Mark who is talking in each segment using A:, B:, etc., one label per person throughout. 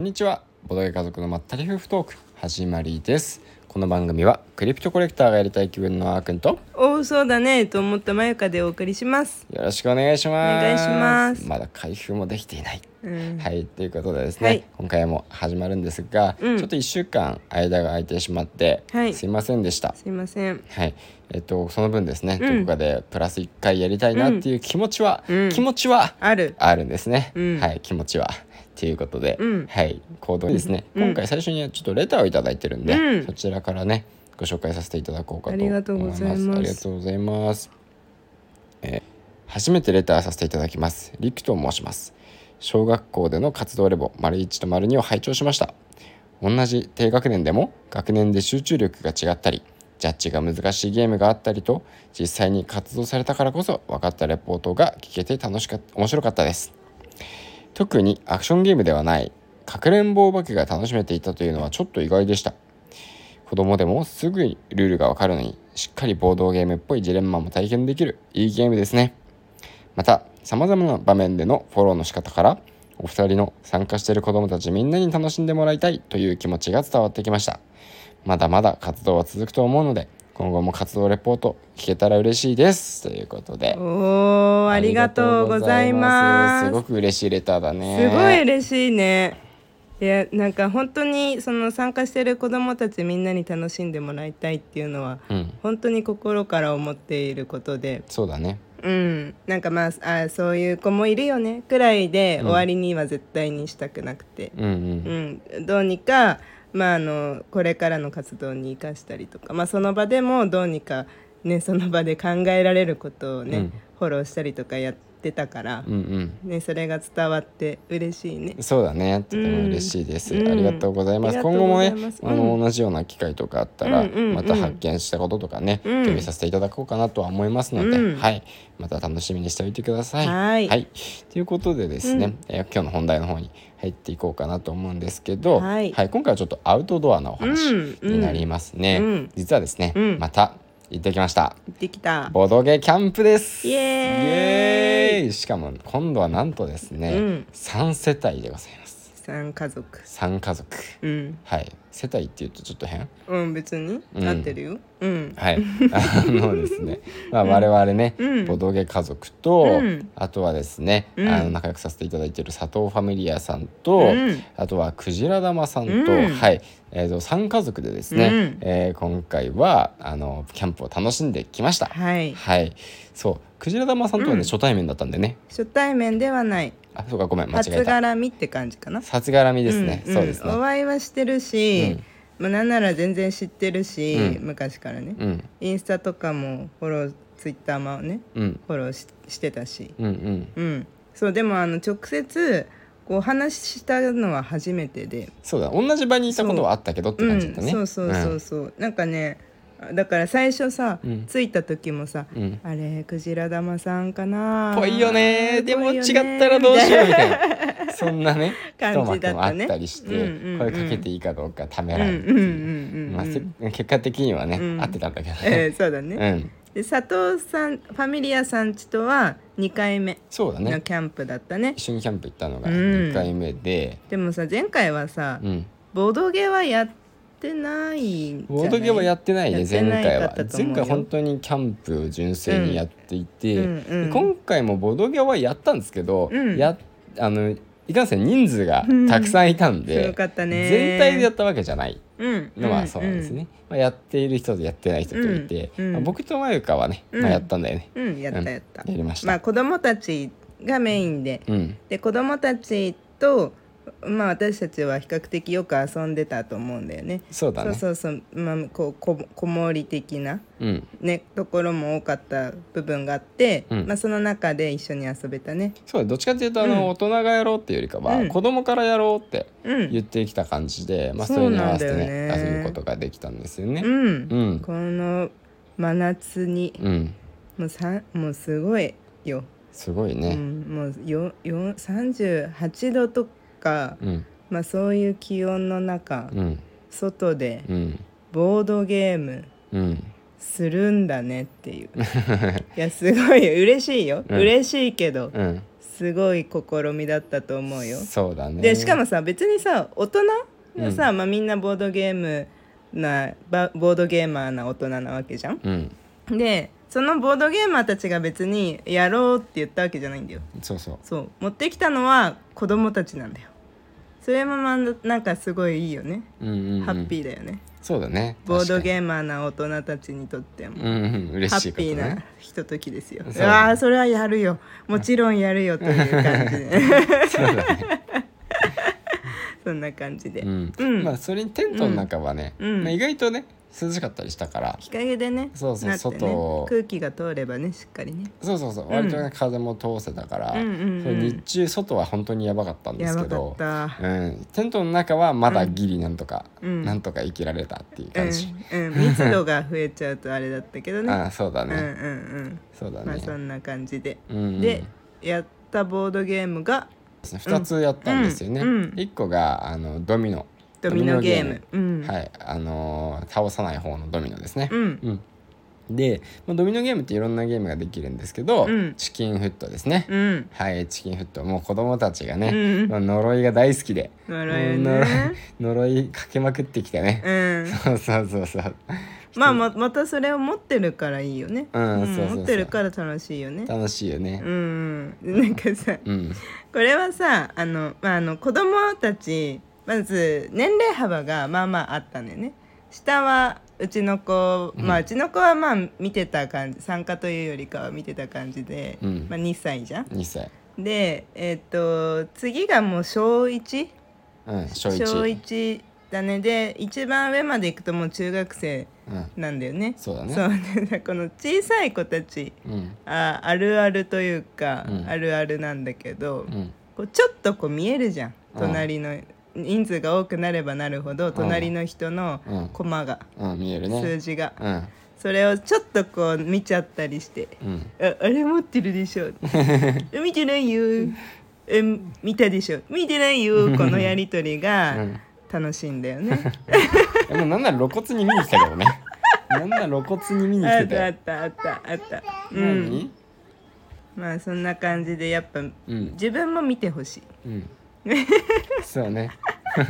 A: こんにちはボドゲ家族のまったり夫婦トーク始まりですこの番組はクリプトコレクターがやりたい気分のあーくんと
B: おおそうだねと思ったまゆかでお送りします。
A: よろしくお願いします
B: お願いします
A: だ開封もできていない
B: うん、
A: はいということでですね、
B: はい
A: 今回も始まるんですが、
B: うん
A: ちょっと1週間間が空いてしまって、
B: はい
A: すいませんでした
B: すいません。
A: はいえっとその分ですね、
B: うん
A: どこかでプラス1回やりたいなっていう気持ちは、
B: うん
A: 気持ちは
B: ある。
A: あるんですね、
B: うん
A: はい気持ちはということで、
B: うん
A: はい行動にですね、
B: うん
A: 今回最初にちょっとレターをいただいてるんで、
B: うん
A: そちらからねご紹介させていただこうかと
B: あ
A: 思い
B: り
A: ます
B: がとうございます
A: ありがとうございます、えー初めてレターさせていただきますリクと申します小学校での活動レボ丸一と丸二を拝聴しました同じ低学年でも学年で集中力が違ったりジャッジが難しいゲームがあったりと実際に活動されたからこそ分かったレポートが聞けて楽しかっ面白かったです特にアクションゲームではないかくれんぼお化けが楽しめていたというのはちょっと意外でした子供でもすぐにルールがわかるのにしっかりボードゲームっぽいジレンマも体験できるいいゲームですねまたさまざまな場面でのフォローの仕方からお二人の参加している子どもたちみんなに楽しんでもらいたいという気持ちが伝わってきましたまだまだ活動は続くと思うので今後も活動レポート聞けたら嬉しいですということで
B: おおありがとうございます。
A: すごく嬉しいレターだね
B: すごい嬉しいね。いやなんか本当にその参加してる子どもたちみんなに楽しんでもらいたいっていうのは
A: うん
B: 本当に心から思っていることで、
A: そうだね
B: うん、なんかまああそういう子もいるよねくらいで
A: うん
B: 終わりには絶対にしたくなくて、
A: うんうん
B: うん、どうにか、まあ、あのこれからの活動に生かしたりとか、まあ、その場でもどうにか、ね、その場で考えられることをね、
A: うん
B: フォローしたりとかやってたから、
A: うん
B: ね、それが伝わって嬉しいね
A: うん。そうだねとても嬉しいです、
B: うん
A: ありがとうございます、
B: うん
A: 今後も
B: あ
A: ね
B: りがとうございます
A: あ
B: う
A: の
B: ん
A: 同じような機会とかあったら、
B: うんうんうん
A: また発見したこととかね、
B: うん
A: 共有させていただこうかなとは思いますので、
B: うん
A: はいまた楽しみにしておいてください
B: はい
A: ということでですね、
B: うん
A: えー今日の本題の方に入っていこうかなと思うんですけど、
B: はい
A: 今回はちょっとアウトドアなお話
B: うんうん
A: になりますね、
B: うん
A: 実はですね、
B: うん
A: また行ってきました
B: 行ってきた。
A: ボドゲキャンプです
B: イ
A: イ
B: エーイ
A: エーイしかも今度はなんとです
B: う
A: ね、
B: ん
A: 三3世帯でございます
B: 三家族
A: 3家族
B: うん、
A: はい世帯っていうとちょっと変
B: うん、別に、
A: うん
B: 合ってるよ、うん、
A: はい あのですね、まあ、我々ね、
B: うん
A: ボドゲ家族と、
B: うん
A: あとはですね、
B: うん
A: あの仲良くさせていただいている佐藤ファミリアさんと、
B: うん
A: あとはクジラ玉さんと、
B: うん
A: はい、えー、と3家族でですね、
B: うん
A: えー今回はあのキャンプを楽しんできました。
B: はい
A: はい、そう、クジラ玉さんとはね、
B: うん
A: 初対面だったんでね。
B: 初対面ではない
A: あ、そうか、ごめん、間違
B: 初
A: えた。
B: 絡みって感じかな
A: さつがらみですね。
B: んん
A: そうですね
B: お。会いはしてるし、まあなんなら全然知ってるし、
A: うん
B: 昔からね、
A: うん、
B: インスタとかもフォローツイッターもね
A: うん、
B: フォローししてたし
A: うん、うん、
B: うんそうでもあの直接こうお話ししたのは初めてで、
A: そうだ、同じ場にいたことはあったけどって
B: う
A: 感
B: ん
A: じだったね。
B: そうそうそうそう、なんかねだから最初さ、
A: うん
B: 着いた時もさ、
A: うん。うん。
B: あれクジラ玉さんかな
A: ぽいよねでも
B: ぽい
A: 違
B: よ
A: っ
B: ね
A: たらどうしようみたい なそんなね
B: 感じだ
A: 一幕
B: っ
A: もあ
B: た
A: っ
B: ね
A: たりして、
B: うんうんうん
A: 声かけていいかどうかため
B: うん
A: ら
B: う
A: うんっ
B: うん
A: て
B: うん
A: いう
B: うん、
A: まあ、せ結果的にはね、
B: うん
A: 合ってたんだけどね、
B: えーそうだね、
A: うん
B: で佐藤さんファミリアさんちとは2回目
A: そうだ
B: の
A: ね
B: キャンプだったね
A: 一緒にキャンプ行ったのが
B: うん
A: 2回目で、
B: でもさ前回はさ、
A: うん、
B: ボドゲはやってないんじゃない
A: ボードゲームはやってないね
B: やって
A: 前
B: ない
A: 回
B: か
A: は
B: ったと思
A: 前
B: うよ
A: 回本当にキャンプを純粋にやっていて、
B: うんうんうん
A: 今回もボードゲームはやったんですけど、
B: うん
A: やあのいかんせん人数がたくさんいたん
B: す
A: で
B: ご、かったね
A: 全体でやったわけじゃない
B: うん
A: のはそうなんですね、まあ、やっている人とやってない人といて、
B: うんうん
A: まあ僕とまゆかはね、
B: うん
A: まあ、やったんだよね、
B: うん、うんやったやった、
A: やりました、
B: まあ子供たちがメインで、
A: うん
B: で子供たちとまあ私たちは比較的よく遊んでたと思うんだよね
A: そうだ
B: そ
A: ね
B: うそうそう、まあ、こうこ子守り的な
A: うん、
B: ねところも多かった部分があって、
A: うん
B: まあその中で一緒に遊べたね
A: そうだどっちかっていうとあの、
B: うん
A: 大人がやろうっていうよりかは、
B: うん
A: 子供からやろうって
B: うん
A: 言ってきた感じで、まあ、
B: そ
A: そうれに合わせて
B: なん
A: ね
B: だよね
A: 遊ぶことができたんですよね。
B: うん
A: う、ん
B: この真夏に
A: うん、
B: もうさもうすごいよ、
A: すごいうね。
B: ん、もうよよ38度とか、
A: うん、
B: まあ、そういう気温の中、
A: うん、
B: 外で
A: うん、
B: ボードゲーム
A: うん、
B: するんだねっていういやすごいよ嬉しいよ、
A: うん
B: 嬉しいけど
A: うん、
B: すごい試みだったと思うよ。
A: そうだね
B: でしかもさ別にさ大人がさ、まあ、みんなボードゲームなばボードゲーマーな大人なわけじゃん。
A: うん
B: でそのボードゲーマーたちが別にやろうって言ったわけじゃないんだよ。
A: そうそう
B: そう持ってきたのは子供たちなんだよ。それもまあなんかすごいいいよね。
A: うんうん、うん、
B: ハッピーだよね。
A: そうだね
B: ボード
A: ー
B: ゲーマーな大人たちにとっても。
A: ムうんうん
B: ハ
A: 嬉しい
B: ッ
A: こと
B: ピーな
A: ね
B: ひとときですよ。
A: そう
B: うわあそれはやるよもちろんやるよという感じで そんな感じで、
A: うん、
B: うん
A: まあそれにテントの中はね、
B: うん
A: まあ、意外とね涼しかったりしたから
B: 日陰でね
A: そうそう
B: なってね
A: 外を
B: 空気が通ればねしっかりね
A: そうそうそう割とね、風も通せたから、
B: うんうんうん
A: それ日中外は本当にやばかったんで
B: や
A: すけ
B: ばかっ
A: ど
B: た。
A: うん、テントの中はまだギリなんとか、
B: うん
A: なんとか生きられたっていう
B: う
A: 感じ、
B: ん、うん、密度が増えちゃうとあれだったけどね
A: ああそうだ
B: うんう
A: ね、
B: んうん
A: そうだね、
B: まあそんな感じで、
A: うんうん
B: でやったボードゲームが
A: そうですね2つやったんですよね、一
B: うんうん
A: 1個があのドミノ、
B: ドミノゲームうん、
A: はいあのー倒さない方のドミノですね、
B: うん
A: で、まあ、ドミノゲームっていろんなゲームができるんですけど、
B: うん
A: チキンフットですね、
B: うん
A: はいチキンフットもう子供たちが
B: う
A: ね、
B: ん
A: まあ呪いが大好きで
B: 呪いよ
A: 呪い
B: ね
A: 呪いかけまくってきてね、
B: うん
A: そうそうそうそう
B: まあままたそれを持ってるからいいよね、
A: うんそうそうそう
B: 持ってるから楽しいよね
A: 楽しいよね
B: うんなんかさ
A: うん
B: これはさあの、まあ、あの子供たちまず年齢幅がまあまああったんだよね下はうちの子、まあうちの子はまあ見てた感じ参加というよりかは見てた感じで、
A: うん
B: まあ、2歳じゃん
A: 2歳
B: でえっ、と次がもう小 1?
A: うん小
B: 小
A: 1
B: 1だねで一番上まで行くともう中学生
A: うん
B: なんだよね
A: そうだね
B: そうねこの小さい子たち
A: うん
B: ああるあるというか、
A: うん
B: あるあるなんだけど、
A: うん
B: こうちょっとこう見えるじゃん
A: うん
B: 隣の人数が多くなればなるほど隣の人の
A: うん
B: コマが、
A: うん見えるね
B: 数字が、
A: うん
B: それをちょっとこう見ちゃったりして
A: うん
B: 「ああれ持ってるでしょ」 え見てないよ」え「見たでしょ」「見てないよ」このやり取り
A: う
B: が
A: ん
B: 楽しいんだ よね。
A: でもなんなら露骨に見に来たけど ねなんなら露骨に見に
B: あ
A: 来て
B: ったたあ
A: よ
B: ったあったあった。うん
A: 何
B: まあそんな感じでやっぱ
A: うん
B: 自分も見てほしい。
A: うんそう ねボ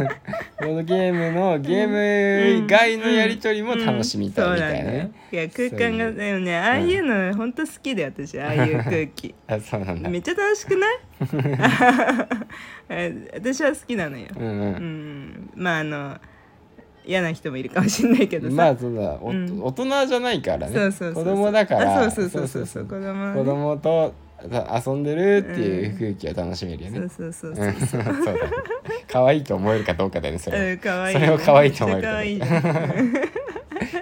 A: ードゲームのゲーム外のやりとりも楽しみたいみたいなね
B: うんそうなんだよいや空間が
A: そういう
B: だよねああいうの本当好きで私 ああいう空気
A: あそうなんだ
B: めっちゃ楽しくない え私は好きなのよ、
A: うんう
B: うんん、まああの嫌な人もいるかもしれないけどさ、
A: まあそうだ、お
B: うん
A: 大人じゃないからね
B: そうそうそうそう
A: 子供だから
B: あそうそうそうそう子供はね
A: 子供とあ遊んでるっていう空気を楽しめるよね、
B: そうそうそう
A: う
B: そうん
A: そうだね可愛いと思えるかどうかだよねそれ、
B: うん可愛い
A: それを可愛いと思える
B: 可愛い
A: か
B: じゃん
A: どうか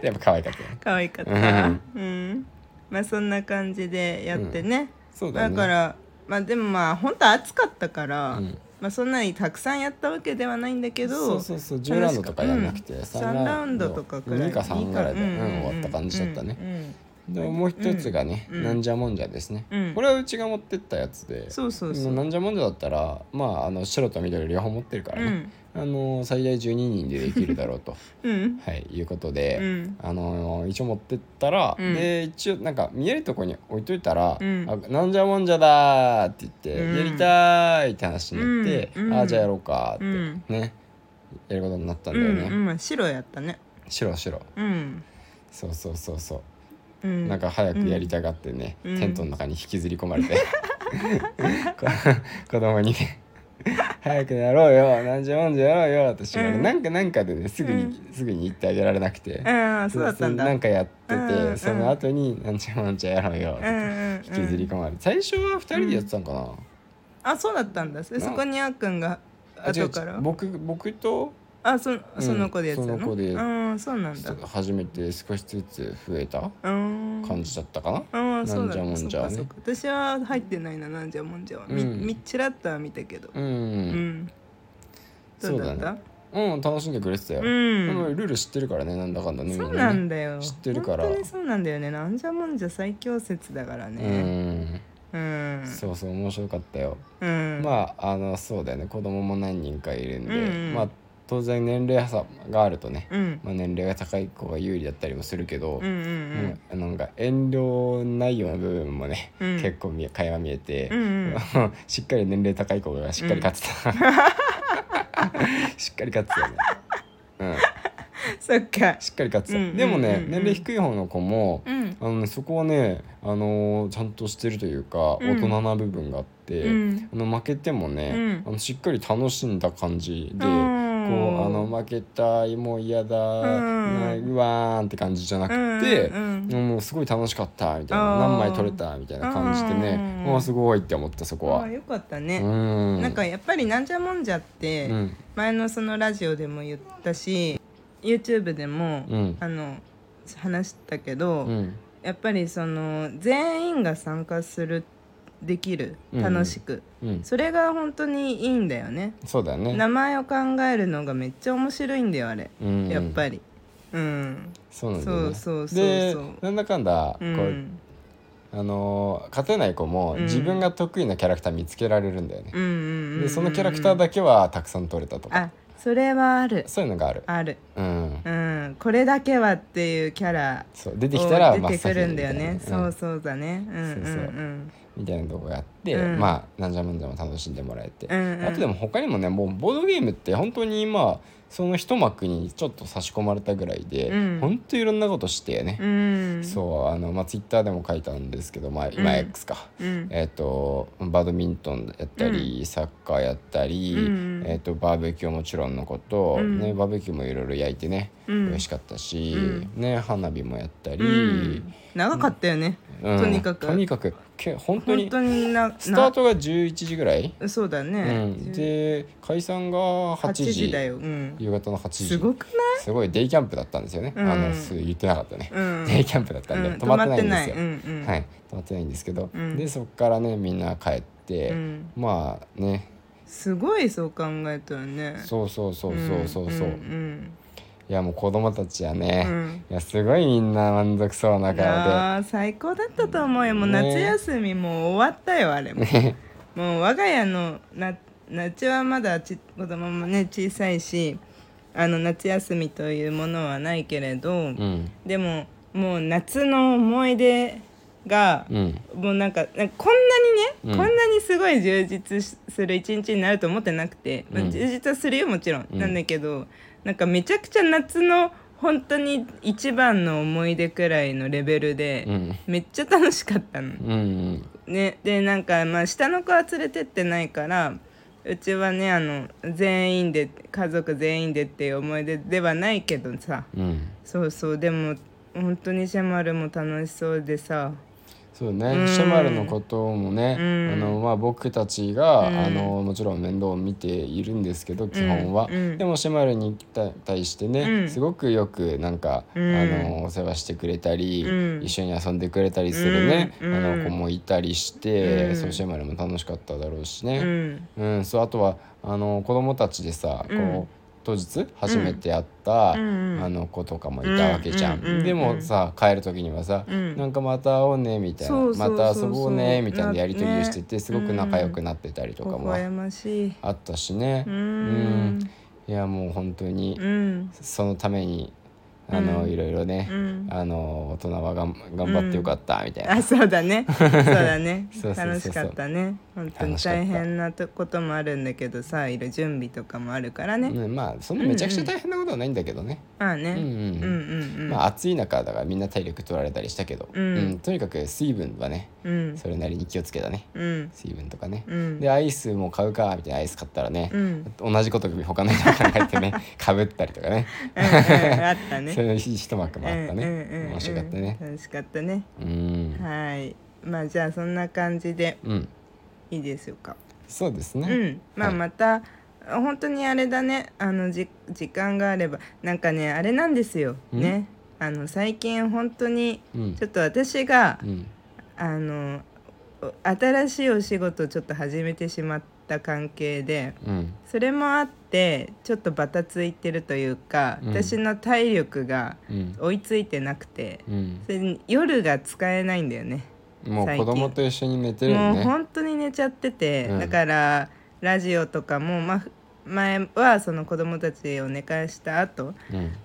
A: やっぱ可愛かったよね
B: 可愛かっ
A: う
B: た
A: ん
B: うんまあそんな感じでやってね、
A: そうだ
B: だ
A: ね
B: からまあでもまあ本当暑かったから、
A: うん
B: まあそんなにたくさんやったわけではないんだけど
A: そうそうそう10ラウンドとかやんなくて、
B: 3ラウンドとかくらい
A: 2か3ぐらいで、
B: う
A: うん
B: んうんうん
A: 終わった感じだったね、
B: うん
A: でもう一つがね、
B: うん
A: なんじゃもんじゃですね、
B: うん
A: これはうちが持ってったやつで
B: そうそうそ
A: も
B: う
A: なんじゃもんじゃだったらまああの白と緑両方持ってるから
B: う
A: ね、
B: ん
A: あの最大12人でできるだろうと、
B: うん
A: はい、いうこと
B: う
A: で、
B: ん
A: あの一応持ってったら、
B: うん
A: で一応なんか見えるとこに置いといたら「
B: うん
A: あなんじゃもんじゃだ」って言って「
B: うん
A: やりたい!」って話になって「
B: うんうん
A: ああじゃあやろうか」って、
B: うん
A: ねやることになったんだ
B: う
A: よ
B: ん
A: ね。
B: うんまあ白やったね
A: 白白
B: うん
A: そうそうそうそう、
B: うん
A: なんか早くやりたがってね、
B: うん
A: テントの中に引きずり込まれて、 こ子供にね「早くやろうよ何時もんじゃやろうよ」ってしまう
B: うん
A: なんかなんかでねすぐに、
B: う
A: すぐに言ってあげられなくて、
B: ああそうだったんだ
A: なんかやってて、
B: うんうん
A: その後に「何時もんじゃやろうよ」っ
B: うんう
A: て
B: んうん
A: 引きずり込まれて最初は2人でやってたのかな、
B: あそうだったんだそそこにあっくんが
A: あ違う違う
B: 後から
A: 僕僕と
B: あそその子でやってた
A: うんその子で
B: のうんそうなんだ
A: 初めて少しずつ増えた
B: うん
A: 感じだったかな、
B: ああそ
A: な
B: う
A: ん
B: だ
A: じゃもんじゃはね
B: そっかそっか私は入ってないななんじゃもんじゃはみ
A: うん
B: みちらっとは見たけど
A: うん、
B: うんどうだった
A: うん楽しんでくれてたよ、
B: うん
A: でもルール知ってるからねなんだかんだね
B: そう
A: み
B: な
A: ね
B: んだよ
A: 知ってるから
B: 本当にそうなんだよねなんじゃもんじゃ最強説だからねうん、うん
A: うん、そうそう面白かったよ、
B: うん、
A: まああのそうだよね子供も何人かいるんで、
B: うんうん
A: まあ当然年齢差があるとね、
B: うん
A: まあ、年齢が高い子が有利だったりもするけど、
B: うんうん
A: うんなんか遠慮ないような部分もね、
B: うん
A: 結構見え会話見えて、
B: うんうん
A: しっかり年齢高い子がしっかり勝つた、しっかり勝つよね、うん、
B: そっか
A: しっかり勝つ、
B: うんうんうんうん
A: でもね年齢低い方の子も、
B: うん
A: あのねそこはね、あのーちゃんとしてるというか、
B: うん
A: 大人な部分があって、
B: うん
A: あの負けてもね、
B: う
A: あのしっかり楽しんだ感じで、
B: うん
A: こうあの負けたいもう嫌だ、
B: ん
A: なうわーんって感じじゃなくて、
B: うん
A: もうすごい楽しかったみたい
B: あ
A: な
B: ー
A: 何枚取れたみたいな感じでね、
B: うん
A: ああすごいって思ったそこ
B: あ
A: は
B: あ。よかった
A: う
B: ね、
A: ん
B: なんかやっぱりなんじゃもんじゃって、
A: うん
B: 前のそのラジオでも言ったし YouTube でも、
A: うん
B: あの話したけど、
A: うん
B: やっぱりその全員が参加するできる
A: うん
B: 楽しく、
A: うん
B: それが本当にいいんだよね
A: そうだよね。
B: 名前を考えるのがめっちゃ面白いんだよあれ、
A: うん
B: やっぱりうん
A: そうなんだよね。
B: そうそうそうそう
A: でなんだかんだこ
B: う
A: う、
B: ん
A: あのー勝てない子も
B: うん
A: 自分が得意なキャラクター見つけられるんだよね。
B: うんうんうん
A: でそのキャラクターだけはたくさん取れたとか
B: あそれはある
A: そういうのがある。
B: ある
A: うん、
B: うんこれだけはっていうキャラ
A: そう出てきたら
B: 出
A: 真って
B: く
A: 先
B: る
A: に
B: ん
A: み
B: だ
A: た
B: よ
A: いな、
B: ね、
A: ね
B: そうそうだねうんうん
A: そうそう
B: うん
A: みたいなとこやって、
B: うん
A: まあなんじゃもんじゃも楽しんでもらえて、
B: うんうん
A: あとでも他にもねもうボードゲームって本当に今その一幕にちょっと差し込まれたぐらいで、
B: うん
A: 本当いろんなことしてね、
B: うん
A: そうあの、まあ、ツイッターでも書いたんですけど、まあ、今
B: うん
A: X か。
B: うん
A: えっとバドミントンやったり、サッカーやったり、
B: うんうん
A: えっとバーベキューもちろんのこと、
B: うん
A: ね、バーベキューもいろいろ焼いてね、
B: うん
A: 美味しかったし、
B: う
A: ね、花火もやったり、
B: うん長かったよね、
A: うん
B: とにかく
A: とにかくけ本当
B: 本
A: に
B: 当にな
A: スタートが11時ぐらい、
B: なそうだ
A: う
B: ね、
A: ん、で解散が8
B: 8
A: 時
B: 時だよ、うん、
A: 夕方の8時
B: すごくない
A: すごいデイキャンプだったんですよね、
B: うん
A: あのす言ってなかったね、
B: うん
A: デイキャンプだったんで、
B: うん
A: 泊まってないんですよ、
B: 止まってないうんうん
A: はい泊まってないんですけど、
B: うん
A: でそこからねみんな帰って、
B: うん
A: まあね
B: すごいそう考えたらね
A: そうそうそうそうそうそう、
B: ん
A: い
B: ん
A: やもう子供たちはね、
B: うん
A: いやすごいみんな満足そうな
B: うん、い
A: 顔
B: やー最高だったと思うよもう
A: ね
B: 夏休みもう終わったよあれも もう我が家のな夏はまだち子供もね小さいしあの夏休みというものはないけれど、
A: でうん
B: でももう夏の思い出が、
A: うん
B: もうなんかなんかこんなにね、
A: うん
B: こんなにすごい充実しする一日になると思ってなくて、まあ
A: うん
B: 充実はするよもちろん、
A: うん
B: なんだけどなんかめちゃくちゃ夏の本当に一番の思い出くらいのレベルで、
A: うん
B: めっちゃ楽しかったの。
A: うんうん
B: ね、でなんかまあ下の子は連れてってないからうちはねあの全員で家族全員でっていう思い出ではないけどさ
A: うん
B: そうそうでも本当にシェマルも楽しそうでさ
A: そうね、
B: うん
A: シェマルのこともね、
B: うん
A: あのまあ、僕たちが、
B: うん
A: あのもちろん面倒を見ているんですけど基本は、
B: うん
A: でもシェマルに対対してね、
B: うん
A: すごくよくなんか、
B: うん
A: あのお世話してくれたり、
B: うん
A: 一緒に遊んでくれたりするね、
B: うん
A: あ
B: うん
A: の子もいたりして、
B: うん
A: そうシェマルも楽しかっただろうし
B: う
A: ね、
B: ん
A: うんそうあとはあの子供たちでさ、
B: うん
A: こう当日初めて会った、
B: うんうん
A: あの子とかもいたわけじゃん。
B: うんうんうんうん
A: でもさ帰る時にはさ、
B: うん
A: なんかまた会おうねみたいな
B: そうそうそうそう
A: また遊ぼうねみたいなやり取りをしてて、
B: ね
A: すごく仲良くなってたりと
B: 微
A: かも
B: 笑ましい
A: あったしね、
B: うー
A: うん
B: ん
A: いやもう本当に
B: うん
A: そのためにあの、
B: うん
A: いろいろね、
B: うん
A: あの大人はがん頑張ってよかったみたいな、
B: あそうだねそうだね
A: そうそうそうそう
B: 楽しかったね本当に
A: 楽しかった
B: 大変なとこともあるんだけどさいる準備とかもあるからね、
A: うんまあそんなめちゃくちゃ大変なことはないんだけどね、
B: まあね、
A: うんうん
B: うんうんうん
A: まあ暑い中だからみんな体力取られたりしたけど、
B: うん
A: とにかく水分はね
B: うん
A: それなりに気をつけたね
B: うん
A: 水分とかね、
B: うん
A: でアイスも買うかみたいなアイス買ったら ね、
B: うん
A: 同じこと他の人が考えて ねかぶったりとかね
B: うんうんあった
A: そうい
B: ね
A: う一幕もあったね、
B: うんうんうんうん
A: 面白かったね
B: 楽しかったね
A: うん、
B: はいまあじゃあそんな感じで
A: うん、
B: いいですよか
A: そうです
B: う
A: ね、
B: んまあ
A: はい
B: また、本当にあれだねあのじ時間があればなんかねあれなんですよ
A: ん
B: ねあの最近本当に
A: うん
B: ちょっと私が、
A: うん
B: あのお新しいお仕事をちょっと始めてしまった関係で
A: うん
B: それもあってちょっとバタついてるというか、
A: うん
B: 私の体力が
A: うん
B: 追いついてなくて
A: うん
B: それに夜が使えないんだよね。
A: もう
B: 最
A: 子
B: 近
A: 供と一緒に寝てるよ
B: もう
A: ね
B: 本当に寝ちゃってて、
A: うん
B: だからラジオとかもまあふ前はその子供たちを寝かした後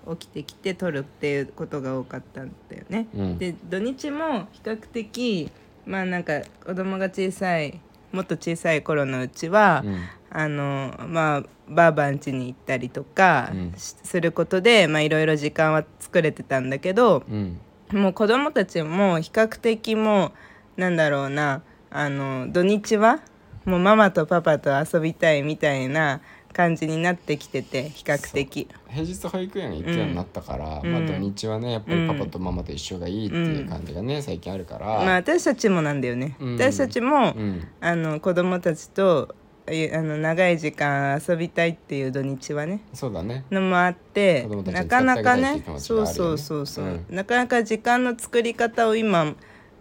A: うん
B: 起きてきて撮るっていうことが多かったんだよね。
A: うん
B: で土日も比較的まあなんか子供が小さいもっと小さい頃のうちは、
A: うん
B: あのまあばあばん家に行ったりとか
A: うん
B: しすることで、まあいろいろ時間は作れてたんだけど
A: うん
B: もう子供たちも比較的もうなんだろうなあの土日はもうママとパパと遊びたいみたいな感じになってきてて比較的。
A: 平日保育園に行くようになったから、
B: うん
A: まあ、
B: うん
A: 土日はねやっぱりパパとママと一緒がいいっていう感じがね、最近あるから、
B: まあ、私たちもなんだよね、
A: うん
B: 私たちも、
A: うん
B: あの子供たちといあの長い時間遊びたいっていう土日はね
A: そうだね
B: のもあって
A: 子供たちに
B: なかなか
A: 伝えたいっていう気持
B: ね
A: ちがある
B: そ
A: よね
B: うそうそうそう、
A: うん
B: なかなか時間の作り方を今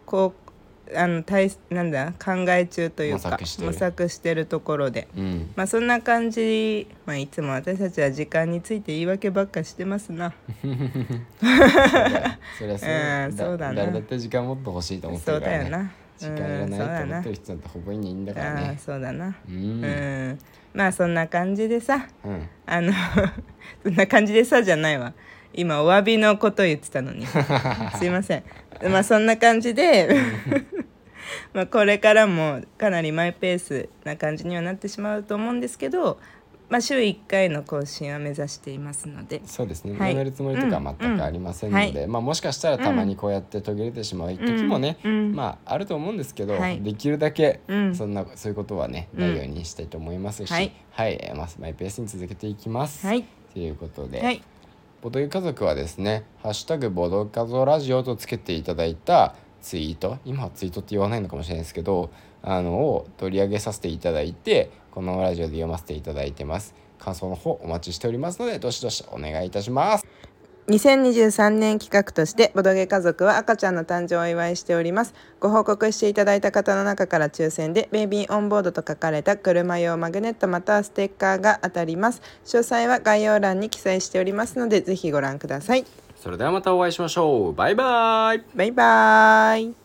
B: こうあの大なんだ考え中というか
A: 模索してる
B: 模索してるところで。
A: うん
B: まあそんな感じ、まあ、いつも私たちは時間について言い訳ばっかしてますな
A: そりゃそう,、
B: うんそうだな
A: 誰だって時間もっと欲しいと思って
B: そう
A: るか
B: だ
A: ら、ね、
B: よな
A: 時間いら
B: う
A: な
B: んそう
A: いと
B: だ
A: 思
B: な
A: ってる人なんてほぼいないんだから
B: ああ
A: ね
B: そうだな
A: うん
B: うん、
A: うん
B: まあそんな感じでさ
A: うん
B: あの そんな感じでさじゃないわ今お詫びのこと言って たのにすいませんまあそんな感じで まあこれからもかなりマイペースな感じにはなってしまうと思うんですけど、まあ、週1回の更新は目指していますので
A: そうですね、
B: はい
A: やめるつもりとかは全くありませんので、
B: うん
A: まあ、もしかしたらたまにこうやって途切れてしまう時もね、
B: うんうん
A: まああると思うんですけど、
B: はい
A: できるだけ
B: うん
A: そんな、そういうことはねないようにしたいと思いますし、
B: はい
A: はいえーまあマイペースに続けていきます。
B: はい
A: ということで、
B: はい
A: ボドゲ家族はですね「ハッシュタグボドカゾラジオ」とつけていただいたツイート今はツイートって言わないのかもしれないですけどあのを取り上げさせていただいてこのラジオで読ませていただいてます感想の方お待ちしておりますのでどしどしお願いいたします
B: 2023年企画としてボドゲ家族は赤ちゃんの誕生をお祝いしておりますご報告していただいた方の中から抽選でベイビーオンボードと書かれた車用マグネットまたはステッカーが当たります詳細は概要欄に記載しておりますのでぜひご覧ください
A: それではまたお会いしましょうバイバイ
B: バイバーイ